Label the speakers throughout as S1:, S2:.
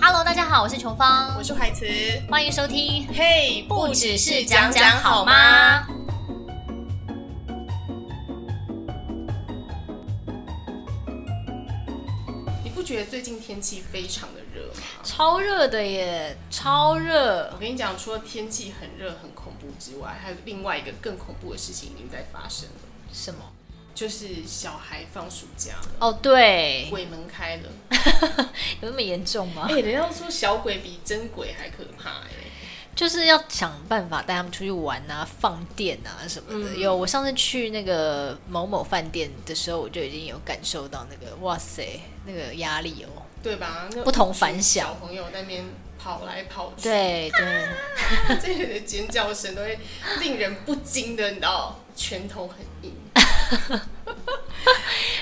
S1: Hello，大家好，我是琼芳，
S2: 我是海慈。
S1: 欢迎收听，
S2: 嘿、
S1: 不只是讲讲好？吗？
S2: 你不觉得最近天气非常的热吗？
S1: 超热的耶，超热
S2: 我，跟你讲，除了天气很热、很恐怖之外，还有另外一个更恐怖的事情已经在发生了，
S1: 什么？
S2: 就是小孩放暑假了，
S1: 哦，对，
S2: 鬼门开了。
S1: 有那么严重吗
S2: 哎、？人家都说小鬼比真鬼还可怕哎、
S1: 就是要想办法带他们出去玩啊，放电啊什么的。
S2: 嗯
S1: 有，我上次去那个某某饭店的时候，我就已经有感受到那个，哇塞，那个压力哦。
S2: 对吧？那
S1: 不同凡响
S2: 小朋友在那边跑来跑去，
S1: 对对，
S2: 这里的尖叫声都会令人不禁的，你知道，拳头很硬。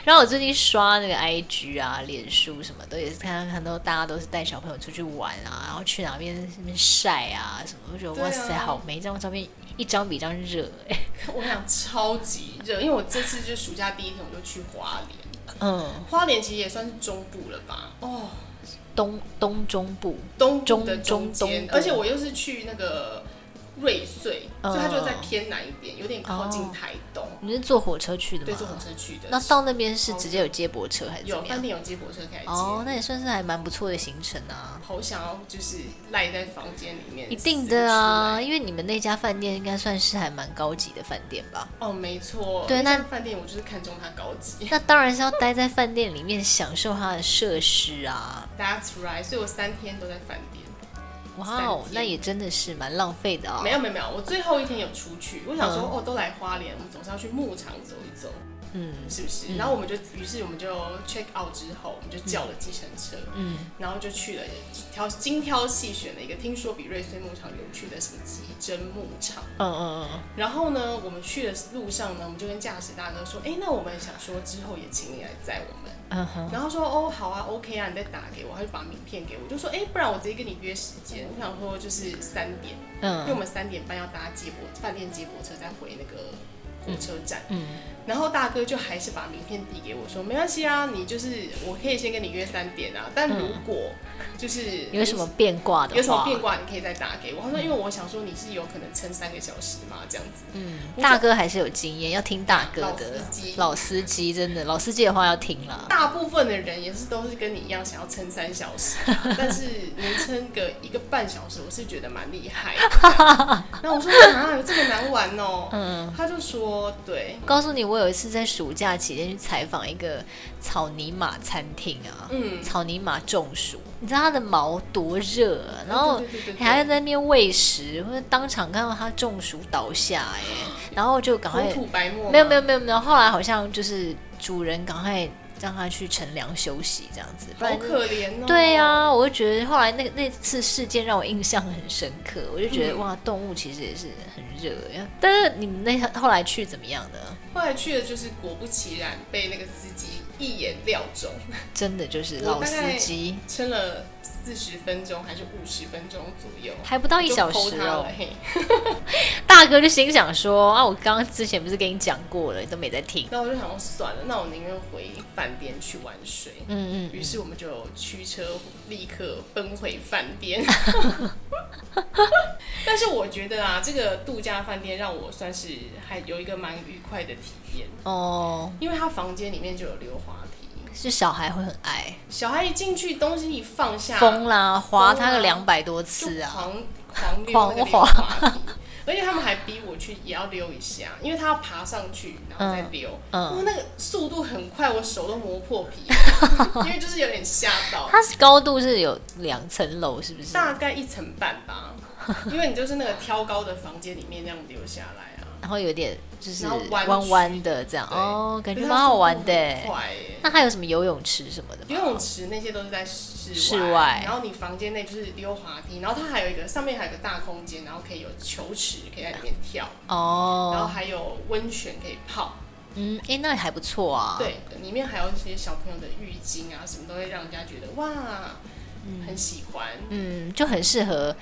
S1: 然后我最近刷那个 IG 啊、脸书什么的，也是看到很多大家都是带小朋友出去玩啊，然后去哪边那边晒啊什么，我就觉得
S2: 对啊
S1: 哇塞，好美！这张照片一张比一张热哎、欸
S2: 我想超级热，因为我这次就暑假第一天我就去花莲，
S1: 嗯，
S2: 花莲其实也算是中部了吧？哦，
S1: 东东中部，
S2: 东部的
S1: 中
S2: 中
S1: 中
S2: 间，
S1: 部
S2: 而且我又是去那个瑞穗，
S1: 嗯
S2: 所以它就在偏南一点，有点靠近台东，
S1: 你是坐火车去的
S2: 对，
S1: 吗
S2: 坐？火车去的。
S1: 那到那边是直接有接驳车还是怎
S2: 有
S1: 么
S2: 饭
S1: 样？
S2: 店有接驳车可以来接，
S1: 哦，那也算是还蛮不错的行程啊。
S2: 好想要就是赖在房间里面，
S1: 一定的啊，。因为你们那家饭店应该算是还蛮高级的饭店吧？
S2: 哦，没错，
S1: 对那
S2: 那饭店我就是看中它高级。
S1: 那当然是要待在饭店里面享受它的设施啊，
S2: That's right，所以我三天都在饭店。
S1: 哇哦，
S2: 三天
S1: 那也真的是蛮浪费的啊、
S2: 没有没有没有，我最后一天有出去，我想说、
S1: 嗯
S2: 哦，都来花莲，我们总是要去牧场走一走，
S1: 嗯
S2: 是不是？
S1: 嗯
S2: 然后我们就，于是我们就 check out 之后，我们就叫了计程车，
S1: 嗯，
S2: 然后就去了挑精挑细选了一个听说比瑞穗牧场有趣的什么极真牧场。
S1: 嗯嗯嗯，
S2: 然后呢，我们去的路上呢，我们就跟驾驶大哥说，哎，那我们想说之后也请你来载我们。
S1: 嗯哼，
S2: 然后说哦好啊，OK 啊，你再打给我，他就把名片给我，就说哎，不然我直接跟你约时间，我想说就是三点，因为我
S1: 嗯
S2: 们三点半要搭接驳饭店接驳车再回那个火车站，
S1: 嗯，
S2: 然后大哥就还是把名片递给我说没关系啊，你就是我可以先跟你约三点啊，但如果就是
S1: 有什么变卦的话，
S2: 有什么变卦，你可以再打给我。他说因为我想说你是有可能撑三个小时嘛，这样子，
S1: 嗯，大哥还是有经验，要听大哥
S2: 老
S1: 的
S2: 司机
S1: 老司机，真的老司机的话要听啦。
S2: 大部分的人也是都是跟你一样想要撑三小时啊、但是能撑个一个半小时，我是觉得蛮厉害的这样。 然后我说啊，有这么难玩哦、
S1: 嗯
S2: 他就说对，
S1: 告诉你，我有一次在暑假期间去采访一个草泥马餐厅啊，
S2: 嗯，
S1: 草泥马中暑，你知道它的毛多热、啊，然后
S2: 对对对对对
S1: 还要在那边喂食，或者当场看到它中暑倒下、哎，然后就赶快
S2: 口吐白沫吗，
S1: 没有没有没有没有，后来好像就是主人赶快让他去乘凉休息这样子，不
S2: 好
S1: 然就
S2: 可怜哦、
S1: 对呀、我就觉得后来那那次事件让我印象很深刻，我就觉得、
S2: 嗯
S1: 哇，动物其实也是很热。但是你们那后来去怎么样呢？
S2: 后来去的就是果不其然被那个司机一眼料中，
S1: 真的就是
S2: 我
S1: 老
S2: 大
S1: 司
S2: 概
S1: 机，
S2: 撑了四十分钟还是五十分钟左右，
S1: 还不到一
S2: 就
S1: 小
S2: call
S1: 时
S2: 他
S1: 哦
S2: 了。欸嘿
S1: 大哥就心想说啊，我刚刚之前不是跟你讲过了，你都没在听。
S2: 然后我就想说算了，那我宁愿回饭店去玩水。
S1: 嗯嗯，
S2: 于是我们就驱车立刻奔回饭店。 但是我觉得啊，这个度假饭店让我算是还有一个蛮愉快的体验，
S1: 哦，
S2: 因为它房间里面就有溜滑梯，
S1: 是小孩会很爱，
S2: 小孩一进去东西一放下，
S1: 疯啦，滑
S2: 啊疯
S1: 他个
S2: 啦
S1: 两百多
S2: 就
S1: 次啊。
S2: 狂狂溜那
S1: 狂
S2: 个溜滑梯。 而且他们还逼我去也要溜一下，因为他要爬上去，然后再溜。
S1: 嗯嗯
S2: 哇，那个速度很快，我手都磨破皮， 因为就是有点吓到。
S1: 它是高度是有两层楼，是不是？
S2: 大概一层半吧，因为你就是那个挑高的房间里面那样留下来啊，
S1: 然后有点就是
S2: 然后弯曲
S1: 弯弯的这样，
S2: 对
S1: 哦，感觉
S2: 可是它
S1: 蛮好玩的欸
S2: 速
S1: 耶
S2: 度很。快欸耶
S1: 那它有什么游泳池什么的吗？
S2: 游泳池那些都是在室
S1: 室外
S2: 然后你房间内就是溜滑梯，然后它还有一个上面还有一个大空间，然后可以有球池可以在里面跳，然后
S1: 哦，
S2: 还有温泉可以泡，
S1: 嗯，哎、那还不错啊。，
S2: 对，里面还有一些小朋友的浴巾啊，什么都会让人家觉得哇，很喜欢，
S1: 嗯，就很适合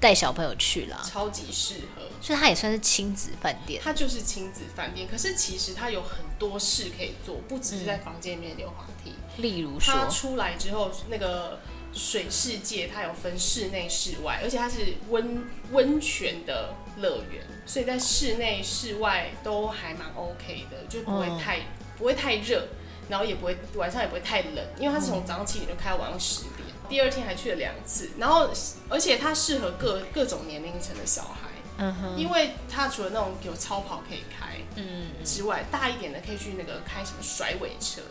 S1: 带小朋友去啦，
S2: 超级适合。
S1: 所以它也算是亲子饭店。
S2: 它就是亲子饭店，可是其实它有很多
S1: 嗯
S2: 事可以做，不只是在房间里面溜滑梯。
S1: 例如说
S2: 它，出来之后，那个水世界它有分室内、室外，而且它是温温泉的乐园，所以在室内、室外都还蛮 OK 的，就不会
S1: 哦
S2: 太、不会太热，然后也不会晚上也不会太冷，因为它是从早上七点就开到晚上十点。第二天还去了两次，然后而且它适合各各种年龄层的小孩，
S1: 嗯哼，
S2: 因为它除了那种有超跑可以开
S1: 嗯，
S2: 之外，大一点的可以去那个开什么甩尾车，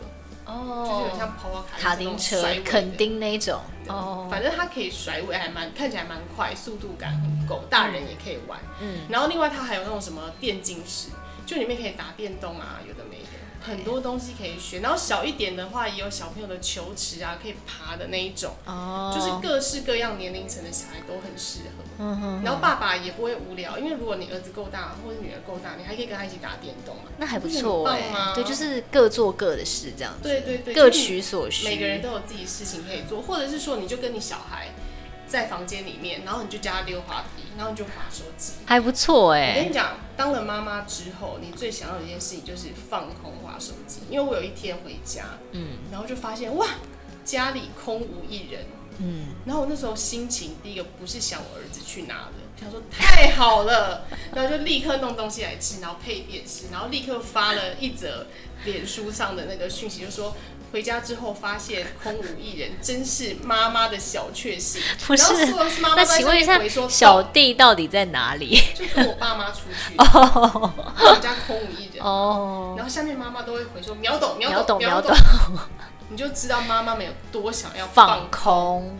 S2: 就是
S1: 哦，
S2: 有像跑跑卡
S1: 卡
S2: 那种
S1: 丁车
S2: 甩尾、的
S1: 垦丁那一种，
S2: 对
S1: 哦，
S2: 反正它可以甩尾，还蛮看起来蛮快，速度感很够，大人也可以玩。
S1: 嗯，
S2: 然后另外它还有那种什么电竞室，就里面可以打电动啊，有的没的，很多东西可以选。然后小一点的话，也有小朋友的球池啊，可以爬的那一种，
S1: 哦，
S2: 就是各式各样年龄层的小孩都很适合。
S1: 嗯哼，
S2: 然后爸爸也不会无聊，因为如果你儿子够大或者女儿够大，你还可以跟他一起打电动啊。
S1: 那还不错
S2: 那很
S1: 哎
S2: 棒啊，
S1: 对，就是各做各的事这样子，
S2: 对对对，
S1: 各
S2: 就是
S1: 取所需，
S2: 每个人都有自己事情可以做，或者是说你就跟你小孩在房间里面，然后你就教他溜滑梯，然后你就滑手机。
S1: 还不错
S2: 我跟
S1: 哎，
S2: 你讲，当了妈妈之后，你最想要的一件事情就是放空滑手机。因为我有一天回家，
S1: 嗯
S2: 然后就发现哇，家里空无一人。
S1: 嗯，
S2: 然后我那时候心情第一个不是想我儿子去哪了，想说太好了，然后就立刻弄东西来吃，然后配便吃，然后立刻发了一则脸书上的那个讯息，就说回家之后发现空无一人，真是妈妈的小确幸。
S1: 不是
S2: 然后所有妈妈
S1: 那
S2: 在
S1: 请问一
S2: 下
S1: 下
S2: 面回说，
S1: 小哦弟到底在哪 里？
S2: 就跟我爸妈出去，然后我们家空无一人，
S1: 哦，
S2: 然后下面妈妈都会回说秒懂秒
S1: 秒懂
S2: 秒
S1: 秒
S2: 懂
S1: 懂，，
S2: 你就知道妈妈们有多想要
S1: 放
S2: 放
S1: 空。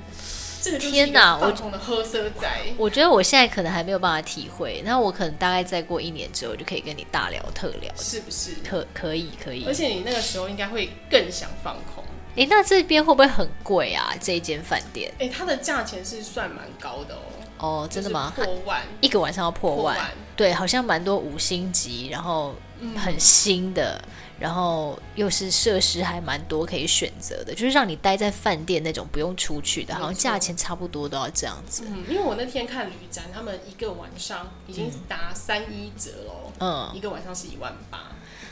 S2: 这个就是
S1: 天
S2: 一个
S1: 哪我
S2: 放空的喝色仔。
S1: 我觉得我现在可能还没有办法体会，那我可能大概再过一年之后就可以跟你大聊特聊，
S2: 是不是？
S1: 特可以可以
S2: 而。且你那个时候应该会更想放空。
S1: 诶，那这边会不会很贵啊？这一间饭店
S2: 哎、它的价钱是算蛮高的哦，
S1: 哦，真的吗？
S2: 就是破万，
S1: 一个晚上要破
S2: 破
S1: 万，
S2: 万嗯
S1: 对，好像蛮多五星级，然后很新的，然后又是设施还蛮多可以选择的，就是让你待在饭店那种不用出去的，
S2: 没
S1: 好像
S2: 错
S1: 价钱差不多都要这样子。
S2: 嗯，因为我那天看旅展，他们一个晚上已经打三一折喽，
S1: 嗯，
S2: 一个晚上是一万八，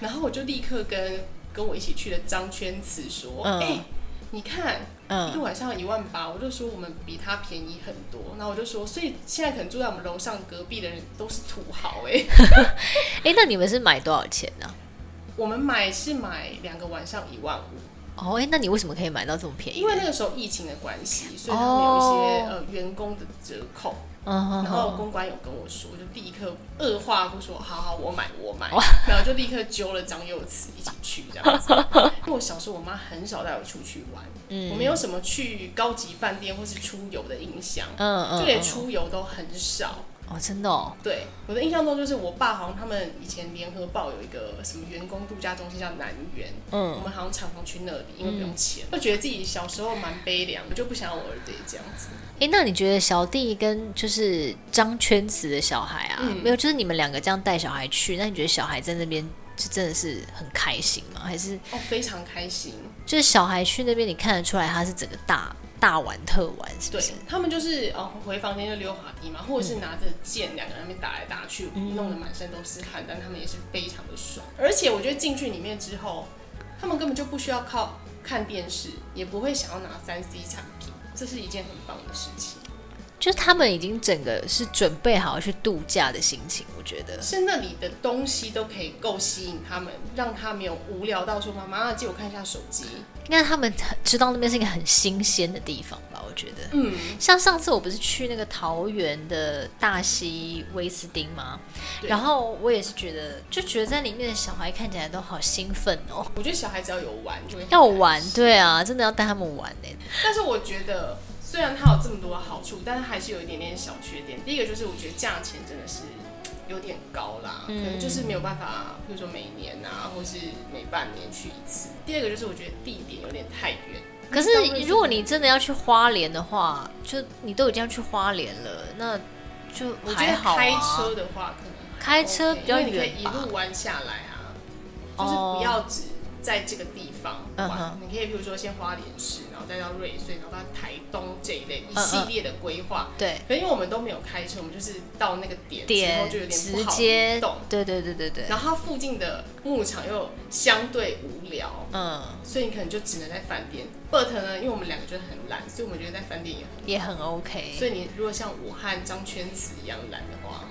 S2: 然后我就立刻跟跟我一起去的张圈慈说，哎、
S1: 嗯
S2: 你看，一个
S1: 嗯，
S2: 晚上一万八，我就说我们比他便宜很多。然后我就说，所以现在可能住在我们楼上隔壁的人都是土豪哎、
S1: 哎，那你们是买多少钱呢、
S2: 我们买是买两个晚上一万五，
S1: 哦，哎，那你为什么可以买到这么便宜？
S2: 因为那个时候疫情的关系，所以他们有一些、
S1: 哦
S2: 呃员工的折扣，
S1: 嗯哼
S2: 然后
S1: 哼，
S2: 公关有跟我说，我就立刻二话不说，好好我买我买，然后就立刻揪了张幼慈一起去这样 子。因为我小时候我妈很少带我出去玩，
S1: 嗯
S2: 我没有什么去高级饭店或是出游的印象，
S1: 嗯
S2: 就
S1: 嗯，
S2: 连
S1: 嗯
S2: 出游都很少。
S1: 哦，真的哦，
S2: 对，我的印象中就是我爸好像他们以前联合报有一个什么员工度假中心叫南园，我
S1: 嗯，
S2: 们好像常常去那里，因为不用钱，就觉得自己小时候蛮悲凉，我就不想要我儿子也这样子。
S1: 哎，那你觉得小弟跟就是张圈慈的小孩啊，
S2: 嗯
S1: 没有，就是你们两个这样带小孩去，那你觉得小孩在那边是真的是很开心吗？还是
S2: 哦，非常开心。
S1: 就是小孩去那边，你看得出来他是整个大大玩特玩，是不嗯
S2: 对
S1: 是？
S2: 他们就是哦，回房间就溜滑梯嘛，或者是拿着剑两个人在那边打来打去，
S1: 嗯
S2: 弄得满身都是汗，但他们也是非常的爽。而且我觉得进去里面之后，他们根本就不需要靠看电视，也不会想要拿三 C 产品，这是一件很棒的事情。
S1: 就是他们已经整个是准备好去度假的心情，我觉得。
S2: 是那里的东西都可以够吸引他们，让他没有无聊到说妈妈借我看一下手机。
S1: 应该他们知道那边是一个很新鲜的地方吧？我觉得，
S2: 嗯，
S1: 像上次我不是去那个桃园的大溪威斯汀吗？
S2: 对
S1: 然后我也是觉得，就觉得在里面的小孩看起来都好兴奋哦，
S2: 我觉得小孩只要有玩就会很
S1: 要玩
S2: 开，心
S1: 对啊，真的要带他们玩呢。欸
S2: 但是我觉得，虽然它有这么多好处，但是还是有一点点小缺点。第一个就是我觉得价钱真的是有点高啦，
S1: 嗯
S2: 可能就是没有办法，比如说每年啊，或是每半年去一次。第二个就是我觉得地点有点太远。
S1: 可是
S2: 到瑞士
S1: 如果你真的要去花莲的话，就你都已经要去花莲了，那就
S2: 我觉
S1: 还
S2: 得
S1: 好、啊、
S2: 开车的话，可能还
S1: 开车
S2: OK，
S1: 比较
S2: 因为你可
S1: 远
S2: 以一
S1: 吧哦
S2: 路玩下来啊，就是不要只在这个地方
S1: 嗯
S2: 玩
S1: 哼
S2: 你可以比如说先花莲市，然后再到瑞穗，然后到台东这一类一
S1: 嗯
S2: 系列的规划。
S1: 对，
S2: 可因为我们都没有开车，我们就是到那个点之后就有
S1: 点
S2: 点
S1: 直
S2: 不好
S1: 接
S2: 动，，
S1: 对对对对对，
S2: 然后它附近的牧场又相对无聊，
S1: 嗯，
S2: 所以你可能就只能在饭店。But 呢，因为我们两个就很懒，所以我们觉得在饭店也很。
S1: 也很 OK。
S2: 所以你如果像我和张圈子一样懒的话，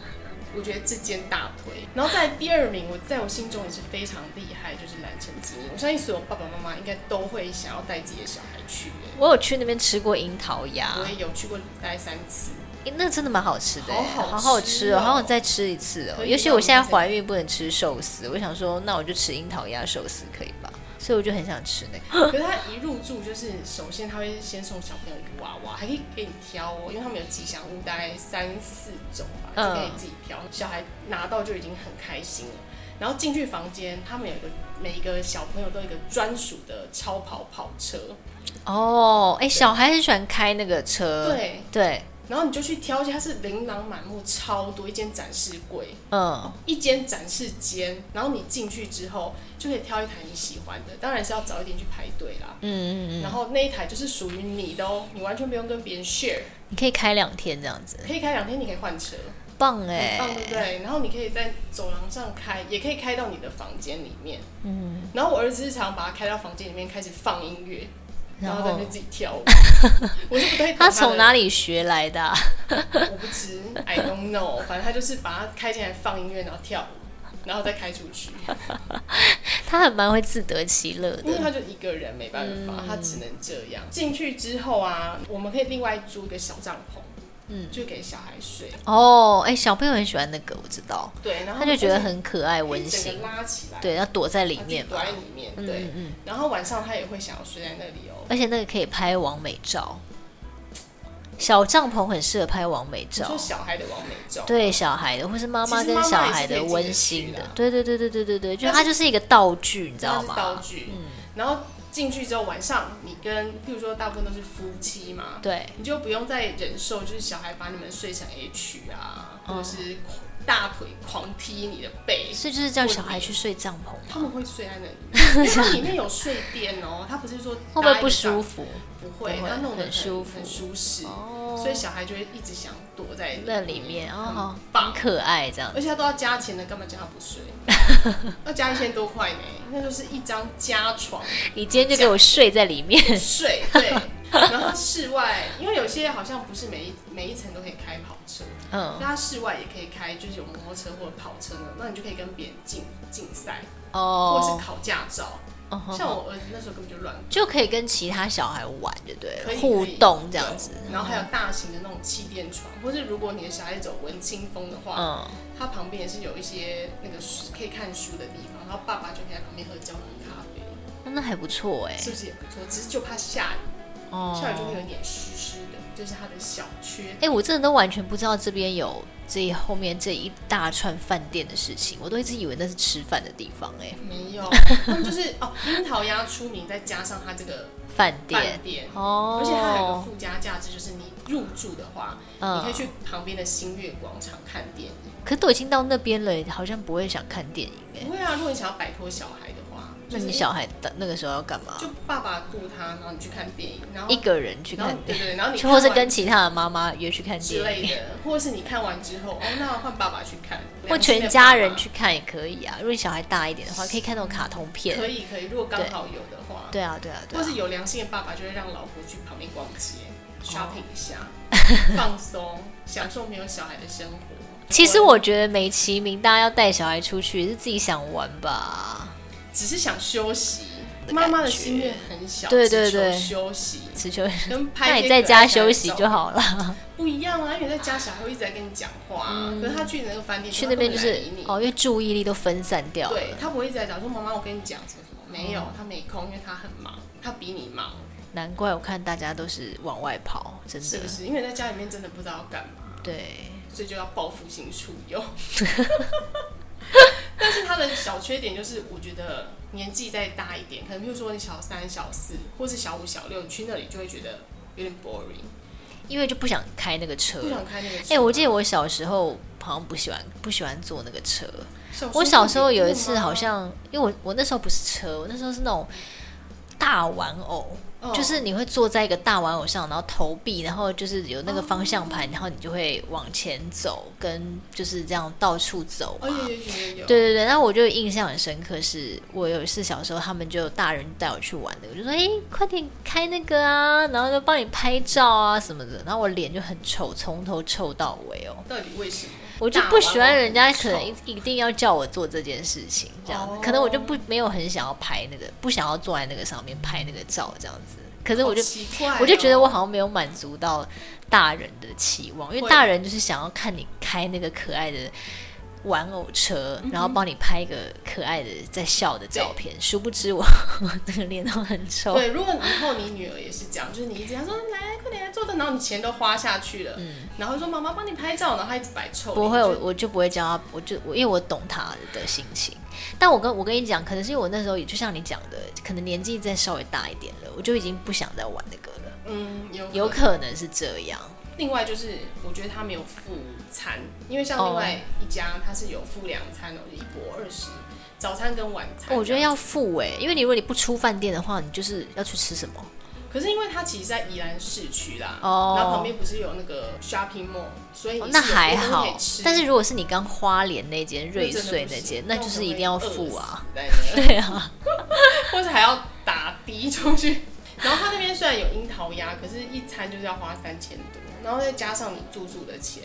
S2: 我觉得这间大推。然后在第二名，我在我心中也是非常厉害，就是懒成精英。我相信所有爸爸妈妈应该都会想要带自己的小孩去耶。
S1: 我有去那边吃过樱桃鸭，
S2: 我也有去过大概三次，
S1: 诶那真的蛮好吃的耶，
S2: 好好
S1: 好
S2: 吃
S1: 吃哦，
S2: 哦
S1: 好想再吃一次哦。
S2: 可以啊
S1: 尤其我现在
S2: 让我们
S1: 怀孕不能吃寿司，我想说，那我就吃樱桃鸭寿司可以吧？所以我就很想吃那个。
S2: 可是他一入住就是，首先他会先送小朋友一个娃娃，还可以给你挑哦，因为他们有吉祥物，大概三四种吧，
S1: 嗯
S2: 就可以自己挑。小孩拿到就已经很开心了。然后进去房间，他们有一个每一个小朋友都有一个专属的超跑跑车，
S1: 哦，哎，小孩很喜欢开那个车，
S2: 对，
S1: 对，
S2: 然后你就去挑一下，它是琳琅满目，超多一间展示柜，
S1: 嗯，
S2: 一间展示间，然后你进去之后就可以挑一台你喜欢的，当然是要早一点去排队啦。
S1: 嗯嗯嗯，
S2: 然后那一台就是属于你的哦，你完全不用跟别人 share，
S1: 你可以开两天这样子，
S2: 可以开两天，你可以换车，
S1: 棒
S2: 很
S1: 哎
S2: 棒，，对不对？然后你可以在走廊上开，也可以开到你的房间里面。嗯。然后我儿子日常把它开到房间里面，开始放音乐，然
S1: 然
S2: 后在那
S1: 后
S2: 边自己 跳舞。我就不太懂
S1: 他
S2: 的
S1: 从哪里学来的啊？
S2: 我不知，I don't know。反正他就是把它开进来放音乐，然后跳舞，然后再开出去。
S1: 他还蛮会自得其乐
S2: 因为
S1: 的，
S2: 他就一个人没办法，
S1: 嗯
S2: 他只能这样。进去之后啊，我们可以另外租一个小帐篷，嗯，就给小孩睡。
S1: 哦，哎，小朋友很喜欢那个，我知道，
S2: 对，然后
S1: 他就觉得很可爱
S2: 可以
S1: 温
S2: 整
S1: 馨
S2: 个，拉起来，
S1: 对，要躲在里
S2: 他自己
S1: 面
S2: 躲
S1: 嘛
S2: 在，里面，
S1: 嗯
S2: 对
S1: 嗯。嗯。
S2: 然后晚上他也会想要睡在那里哦。
S1: 而且那个可以拍完美照，小帐篷很适合拍完美
S2: 你
S1: 照
S2: 说，小孩的完美照，
S1: 对小孩的，或是妈妈
S2: 其实
S1: 跟
S2: 妈妈
S1: 小
S2: 也是
S1: 孩
S2: 可
S1: 的
S2: 以进
S1: 温
S2: 得
S1: 馨
S2: 去
S1: 的
S2: 啦，
S1: 对对对对对对对，就
S2: 但
S1: 它
S2: 是
S1: 就是一个道具，你知
S2: 那
S1: 道
S2: 是道
S1: 吗？嗯
S2: 具。然后进去之后，晚上你跟，譬如说大部分都是夫妻嘛，
S1: 对，
S2: 你就不用再忍受，就是小孩把你们睡成 H 啊，
S1: 哦
S2: 或者是狂大腿狂踢你的背，
S1: 所以就是叫小孩去睡帐篷嘛，
S2: 他们会睡在那 里，因为它里面有睡垫哦，它不是说
S1: 会不会不舒
S2: 服？
S1: 服？
S2: 不会，
S1: 不会
S2: 它弄得
S1: 很舒服
S2: 很舒适，
S1: 哦
S2: 所以小嗯孩就会一直想躲在
S1: 那里面哦，
S2: 很
S1: 很
S2: 棒。
S1: 可爱这样
S2: 而且他都要加钱的，干嘛叫他 不睡？要加一千多块呢，那就是一张加床
S1: 你今天就给我睡在里面，
S2: 睡。对，然后室外，因为有些好像不是每一每一层都可以开跑车，
S1: 嗯，
S2: 那室外也可以开，就是有摩托车或者跑车呢，那你就可以跟别人竞竞赛，或者
S1: 哦
S2: 是，考驾照。
S1: 嗯哼
S2: 像我儿子那时候根本就乱
S1: 就可以跟其他小孩玩，对不
S2: 可
S1: 对？
S2: 以
S1: 互
S2: 可以
S1: 动这样子，嗯
S2: 对然后还有大型的那种气垫床，或是如果你的小孩走文青风的话，
S1: 嗯，
S2: 它旁边也是有一些那个书可以看书的地方，然后爸爸就可以在旁边喝焦糖咖啡，
S1: 那还不错哎，
S2: 是不是也不错？只是就怕下雨，
S1: 哦，
S2: 下雨就会有点湿湿的，就是它的小缺
S1: 哎、我真的都完全不知道这边有这后面这一大串饭店的事情，我都一直以为那是吃饭的地方、哎，
S2: 没 有，他们就是哦，樱桃鸭出名，再加上它这个
S1: 饭
S2: 饭
S1: 店
S2: 店，
S1: 哦，
S2: 而且它有一个附加价值，就是你入住的话，你可以
S1: 嗯，
S2: 去旁边的星月广场看电影。
S1: 可都已经到那边了，好像不会想看电影、哎，
S2: 不会啊，如果你想要摆脱小孩的话，
S1: 那
S2: 就是
S1: 你小孩的那个时候要干嘛？
S2: 就爸爸雇他，然后你去看电影，然后
S1: 一个人去
S2: 然
S1: 看
S2: 后对对，然后你
S1: 去或是
S2: 看完
S1: 跟其他的妈妈约去看
S2: 之
S1: 电
S2: 类
S1: 影，
S2: 的，或者是你看完之后，哦，那换爸爸去看，
S1: 或
S2: 两性的
S1: 全家
S2: 爸爸
S1: 人去看也可以啊。如果你小孩大一点的话，可以看那种卡通片。
S2: 可以可以，如果刚好有的话，
S1: 对啊，对啊，对
S2: 或
S1: 啊
S2: 是。有良心的爸爸就会让老婆去旁边逛街，shopping
S1: 哦
S2: 一下，放松，享受没有小孩的生活。
S1: 其实我觉得美其名大家要带小孩出去是自己想玩吧，
S2: 只是想休息，
S1: 的
S2: 妈妈
S1: 感
S2: 的
S1: 觉
S2: 心愿很小，
S1: 对对
S2: 只求
S1: 对
S2: 休息
S1: 只求
S2: 跟
S1: 那
S2: 拍。
S1: 你在家休息就好 了。
S2: 不一样啊，因为在家小孩会一直在跟你讲话、啊，可是他去你那个饭
S1: 嗯
S2: 店
S1: 去那边就
S2: 他根
S1: 是
S2: 本懒得理你，
S1: 哦，因为注意力都分散掉
S2: 对
S1: 了，嗯
S2: 他不会一直在讲说妈妈我跟你讲什么什么，没有，他没空，因为他很忙，他比你忙，
S1: 难怪我看大家都是往外跑，真
S2: 是
S1: 的
S2: 不是？因为在家里面真的不知道要干嘛，
S1: 对。
S2: 所以就要报复性出 游。但是他的小缺点就是，我觉得年纪再大一点，可能比如说你小三、小四，或是小五、小六，你去那里就会觉得有点 boring。
S1: 因为就不想开那个车。
S2: 不想开那个车。
S1: 哎、我记得我小时候好像不喜欢不喜欢坐那个车。
S2: 小
S1: 我小时候有一次好像，因为我我那时候不是车，我那时候是那种大玩偶，
S2: 哦
S1: 就是你会坐在一个大玩偶上，然后投币，然后就是有那个方向盘，然后你就会往前走，跟就是这样到处走嘛。
S2: 哦，有有有有有，
S1: 对对对，那我就印象很深刻是，我有一次小时候，他们就大人带我去玩的，我就说，哎，快点开那个啊，然后就帮你拍照啊什么的，然后我脸就很臭，从头臭到尾哦，
S2: 到底为什么？
S1: 我就不喜欢人家可能一一定要叫我做这件事情，这样子，
S2: 哦
S1: 可能我就不没有很想要拍那个，不想要坐在那个上面拍那个照这样子，可是我就
S2: 好奇怪哦
S1: 我就觉得我好像没有满足到大人的期望，因为
S2: 会
S1: 大人就是想要看你开那个可爱的玩偶车，
S2: 嗯
S1: 然后帮你拍一个可爱的在笑的照片。殊不知我 我这个脸都很臭，
S2: 对，如果以后你女儿也是这样，就是你一直跟她说来快点来坐着，然后你钱都花下去了，然后说妈妈帮你拍照，然后她一直摆臭
S1: 嗯
S2: 脸，
S1: 不会，我
S2: 就
S1: 我就不会教他，我就我因为我懂他的心情。但我跟我跟你讲，可能是因为我那时候也就像你讲的，可能年纪再稍微大一点了，我就已经不想再玩那个了，
S2: 嗯有
S1: 有
S2: 有。
S1: 可能是这样。
S2: 另外就是我觉得她没有付餐，因为像
S1: 哦
S2: 另外一家她是有付两餐哦，就一博二十，早餐跟晚餐。
S1: 我觉得要付哎、因为你如果你不出饭店的话，你就是要去吃什么？
S2: 可是因为它其实，在宜兰市区啦，
S1: 哦
S2: 然后旁边不是有那个 shopping mall，所以你
S1: 哦
S2: 是
S1: 那
S2: 有
S1: 还
S2: 东西可以
S1: 好
S2: 吃，
S1: 但是如果是你刚花莲那间、瑞
S2: 真的
S1: 穗
S2: 不
S1: 那
S2: 行
S1: 间，那就是一定要付啊。！
S2: 那我可能会饿死在那
S1: 对啊，
S2: 或者还要打的出去。 然后他那边虽然有樱桃鸭，可是一餐就是要花三千多，然后再加上你住宿的钱，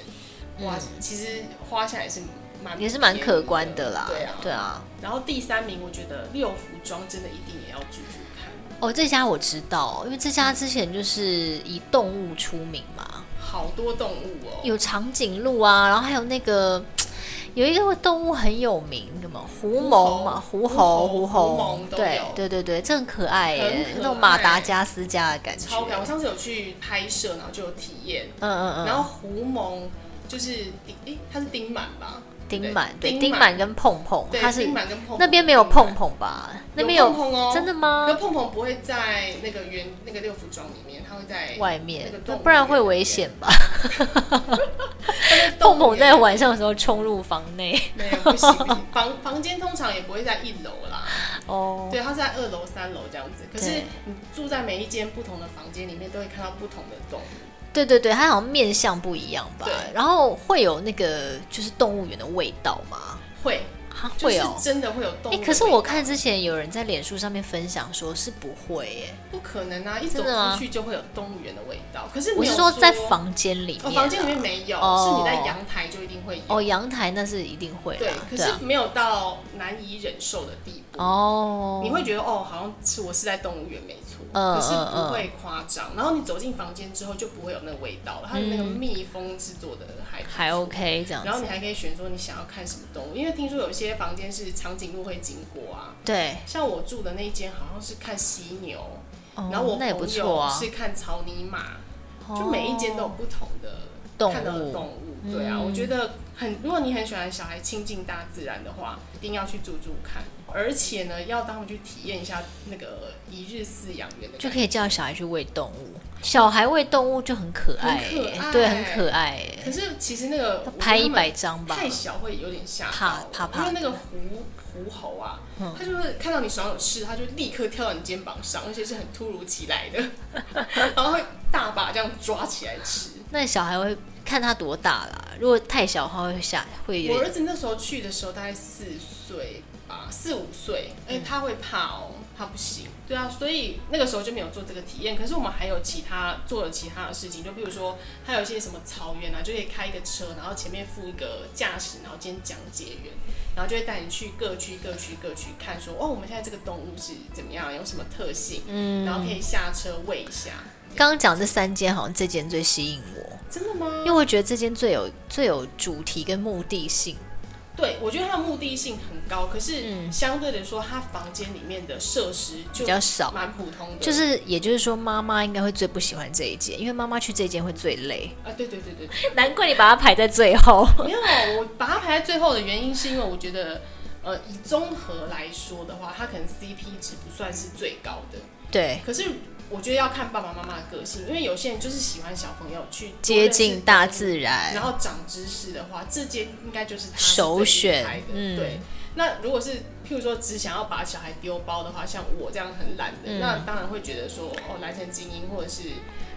S2: 哇，其实花下来是蛮
S1: 嗯也是蛮可观的
S2: 的
S1: 啦。
S2: 对啊，
S1: 对啊。
S2: 然后第三名，我觉得六福庄真的一定也要住住看，
S1: 哦，这家我知道，因为这家之前就是以动物出名嘛，
S2: 好多动物哦、
S1: 有长颈鹿啊，然后还有那个有一个动物很有名，什么狐獴嘛，狐
S2: 狐
S1: 猴、
S2: 猴
S1: 狐
S2: 狐
S1: 獴
S2: 獴，都
S1: 对
S2: 有
S1: 对对对，这很可爱
S2: 很
S1: 耶，
S2: 可
S1: 那种马达
S2: 爱
S1: 加斯加的感觉。
S2: 超感。我上次有去拍摄，然后就有体验。
S1: 嗯嗯
S2: 然
S1: 嗯，
S2: 后狐獴就是丁，诶、它是丁满吧？
S1: 丁满对，
S2: 丁
S1: 丁
S2: 满
S1: 满跟碰碰，
S2: 对
S1: 它，哦是
S2: 丁满跟碰碰
S1: 那边没有碰碰吧？那边
S2: 有碰碰哦
S1: 真的吗？
S2: 那碰碰不会在那个原那个六服装里面，它会在
S1: 外面
S2: 啊那个，动物
S1: 不然会
S2: 园里
S1: 危
S2: 面
S1: 险吧？碰
S2: 动 物
S1: 碰在
S2: 园
S1: 晚上的时候冲入房 内
S2: 没有不行，不行房房间通常也不会在一楼啦，
S1: 哦。
S2: 对，它是在二楼、三楼这样子。可是
S1: 对
S2: 你住在每一间不同的房间里面，都会看到不同的动物。
S1: 对对对，它好像面相不一样吧
S2: 对？
S1: 然后会有那个就是动物园的味道吗？
S2: 会，
S1: 哈，
S2: 就
S1: 会
S2: 是
S1: 哦。
S2: 真的会有动物
S1: 哎、
S2: 的味道。
S1: 可是我看之前有人在脸书上面分享说是不会耶，
S2: 不可能啊！一走
S1: 真的吗
S2: 出去就会有动物园的味道。可是
S1: 我
S2: 没有
S1: 是
S2: 说
S1: 在房间里面啊、
S2: 哦，房间里面没有，
S1: 哦
S2: 是你在阳台就一定会有。
S1: 哦，阳台那是一定会
S2: 对
S1: 啦，，
S2: 可
S1: 对啊
S2: 是。没有到难以忍受的地步。
S1: 哦，
S2: 你会觉得哦，好像是我是在动物园没错，
S1: 嗯
S2: 可是不会夸张。然后你走进房间之后就不会有那个味道了，它的那个蜜蜂制作的还不错
S1: 还。OK 这样
S2: 然后
S1: 子？
S2: 你还可以选说你想要看什么动物，因为听说有些房间是长颈鹿会经过啊，
S1: 对，
S2: 像我住的那一间好像是看犀牛，
S1: 哦
S2: 然后我
S1: 那也
S2: 朋友
S1: 不错啊，哦
S2: 是看草泥马，就每一间都有不同的
S1: 动
S2: 看到的
S1: 物嗯
S2: 动物。对啊，我觉得很，如果你很喜欢小孩亲近大自然的话，一定要去住住看，而且呢，要让他们去体验一下那个一日饲养员的
S1: 就
S2: 感
S1: 可
S2: 觉。
S1: 以叫小孩去喂动物，小孩喂动物就很可爱、
S2: 很可爱
S1: 对，很可爱、
S2: 可是其实那个我觉得
S1: 拍一
S2: 他们
S1: 百张吧，
S2: 太小会有点吓
S1: 怕
S2: 到，
S1: 怕嗯怕
S2: 因为那个狐狐猴啊，它就是看到你手上有事，它就立刻跳到你肩膀上，而且是很突如其来的， 然后会大把这样抓起来吃。
S1: 那小孩会看他多大啦。如果太小的话会吓，会有
S2: 我儿
S1: 点
S2: 子那时候去的时候大概四岁吧，四五岁，哎、他会怕哦，他不行。对啊，所以那个时候就没有做这个体验。可是我们还有其他做了其他的事情，就比如说还有一些什么草原啊，就可以开一个车，然后前面附一个驾驶，然后兼讲解员，然后就会带你去各区各区各区看说，哦，我们现在这个动物是怎么样，有什么特性，嗯，然后可以下车喂一下。
S1: 刚刚讲这三间，好像这间最吸引我，
S2: 真的吗？
S1: 因为我觉得这间最有最有主题跟目的性。
S2: 对，我觉得它的目的性很高，可
S1: 嗯
S2: 是相对的说，它房间里面的设施
S1: 比
S2: 就
S1: 较少
S2: 蛮普通的。
S1: 就是，也就是说，妈妈应该会最不喜欢这一间，因为妈妈去这间会最 累。
S2: 啊，对对对对，
S1: 难怪你把它排在最后。
S2: 对没有，我把它排在最后的原因是因为我觉得，呃，以综合来说的话，它可能 CP 值不算是最高的。
S1: 对，
S2: 可是我觉得要看爸爸妈妈的个性，因为有些人就是喜欢小朋友去多
S1: 接
S2: 认识
S1: 近大
S2: 东西
S1: 自然
S2: 然，后长知识的话，这间应该就是他是
S1: 首
S2: 最厉害
S1: 选
S2: 的。，
S1: 嗯
S2: 对，，那如果是譬如说只想要把小孩丢包的话，像我这样很懒的，
S1: 嗯
S2: 那当然会觉得说哦，蓝城精英或者是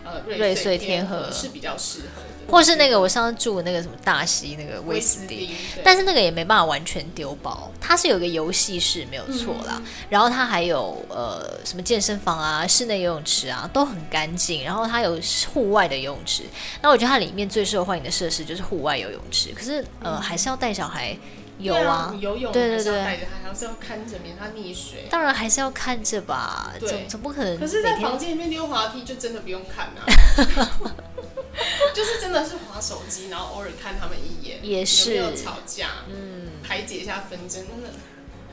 S2: 呃
S1: 瑞
S2: 瑞
S1: 穗
S2: 穗
S1: 天
S2: 天
S1: 河
S2: 是比较适合的，
S1: 或是那个我上次住的那个什么大溪那个威
S2: 威
S1: 斯
S2: 斯
S1: 汀。
S2: 汀，对
S1: 但是那个也没办法完全丢包，它是有一个游戏室没有
S2: 嗯
S1: 错啦，然后它还有呃什么健身房啊、室内游泳池啊都很干净，然后它有户外的游泳池。那我觉得它里面最受欢迎的设施就是户外游泳池，可是呃、还是要带小孩游
S2: 嗯对
S1: 啊，
S2: 你游泳
S1: 对对
S2: 还是要
S1: 对
S2: 带着他，还是要看着免他溺水。
S1: 当然还是要看着吧，
S2: 对
S1: 总总不可能
S2: 可
S1: 每
S2: 是，在
S1: 天
S2: 房间里面溜滑梯就真的不用看 啊，就是真的是滑手机，然后偶尔看他们一眼，
S1: 也是
S2: 有没有吵架，嗯，排解一下纷争，真的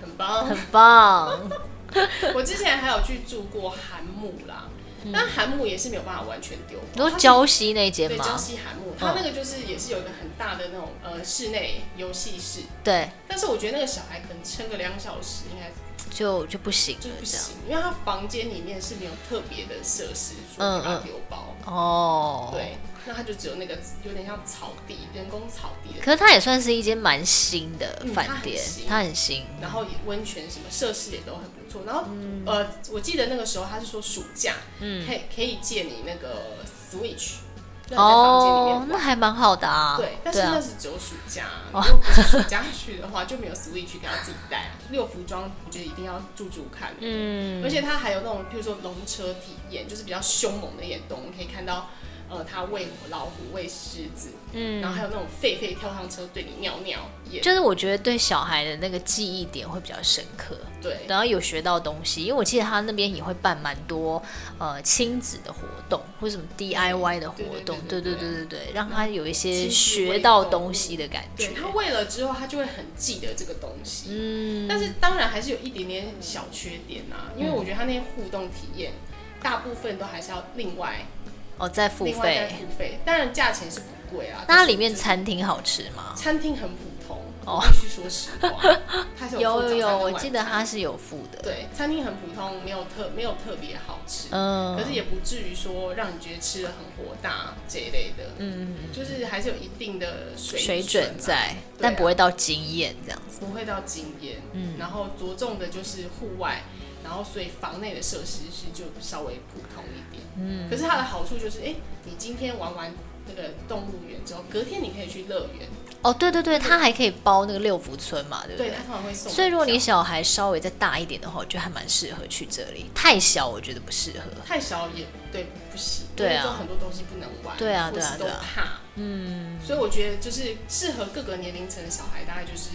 S2: 很棒。
S1: 很棒，
S2: 我之前还有去住过韩木啦，但韩木也是没有办法完全丢包，
S1: 嗯 你说
S2: 它是
S1: 礁溪那一间
S2: 对礁
S1: 吗？嗯
S2: 溪韩木，它那个就是也是有一个很大的那种呃室内游戏室，
S1: 对，
S2: 但是我觉得那个小孩可能撑个两小时应该
S1: 就就不行
S2: 就
S1: 了
S2: 不
S1: 这样。
S2: 行，因为他房间里面是没有特别的设施说给他丢包，
S1: 哦，
S2: 对，那他就只有那个有点像草地，人工草地的，
S1: 可是它也算是一间蛮新的
S2: 嗯
S1: 饭
S2: 它很
S1: 店，
S2: 新
S1: 它很新。
S2: 然后也温泉什么设施也都很不错。然后、呃，我记得那个时候他是说暑假，嗯，可以可以借你那个 Switch，那你在房间里面
S1: 哦
S2: 玩。，
S1: 那还蛮好的啊。
S2: 对，哦但是那
S1: 啊，
S2: 是只有暑假，如果不是暑假去的话，就没有 Switch 给他自己带。六服装我觉得一定要住住看，
S1: 嗯，
S2: 而且它还有那种，譬如说龙车体验，就是比较凶猛的眼动物，可以看到，呃，它喂老虎、喂狮子，嗯，然后还有那种狒狒跳上车对你尿尿也
S1: 就是我觉得对小孩的那个记忆点会比较深刻，
S2: 对，
S1: 然后有学到东西，因为我记得他那边也会办蛮多呃亲子的活动，或什么 DIY 的活动，对对
S2: 对对对
S1: 对对对，让他有一些
S2: 亲子
S1: 学
S2: 活
S1: 到
S2: 动
S1: 东西的感觉
S2: 对，。它喂了之后，它就会很记得这个东西，
S1: 嗯，
S2: 但是当然还是有一点点小缺点啊，因为我觉得它那些互动体验，大部分都还是要另外
S1: 哦，再付
S2: 另外再
S1: 费。
S2: 付费，当然价钱是不贵啊，
S1: 那它
S2: 就是
S1: 里面
S2: 就是
S1: 餐厅好吃吗？
S2: 餐厅很普通，
S1: 哦
S2: 我必须说实话，它是
S1: 有有
S2: 有附早餐
S1: 有，
S2: 跟
S1: 我
S2: 晚
S1: 记得
S2: 餐
S1: 它是有付的。
S2: 对，餐厅很普通，没有特没有特别好吃，
S1: 嗯，
S2: 可是也不至于说让你觉得吃的很火大这一类的，嗯，就是还是有一定的水
S1: 水
S2: 准
S1: 准
S2: 啊，
S1: 在，
S2: 啊
S1: 但不会到惊艳这样子。
S2: 不会到惊艳，嗯，然后着重的就是户外，然后所以房内的设施是就稍微普通一点，嗯，可是它的好处就是，哎、你今天玩完那个动物园之后，隔天你可以去乐园，
S1: 哦，对对对，它还可以包那个六福村嘛，对不
S2: 对，
S1: 对？
S2: 它通常会送门票，
S1: 所以如果你小孩稍微再大一点的话，我觉得还蛮适合去这里。太小我觉得不适合。
S2: 太小也对不行，
S1: 对啊
S2: 因为有很多东西不能玩，
S1: 对啊
S2: 或
S1: 对
S2: 是
S1: 啊对
S2: 都
S1: 啊
S2: 怕，嗯，所以我觉得就是适合各个年龄层的小孩，大概就是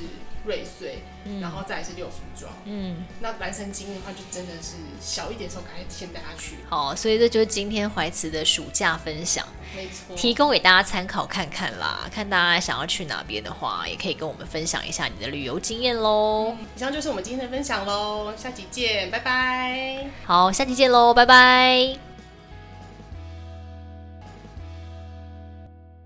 S2: 瑞穗，然后再来是六服装，
S1: 嗯，
S2: 那男生精英的话，就真的是小一点的时候，赶快先带他去，
S1: 好，所以这就是今天怀慈的暑假分享，
S2: 没错，
S1: 提供给大家参考看看啦。看大家想要去哪边的话，也可以跟我们分享一下你的旅游经验喽。
S2: 嗯以上就是我们今天的分享喽，下集见，拜拜。
S1: 好，下期见喽，拜拜。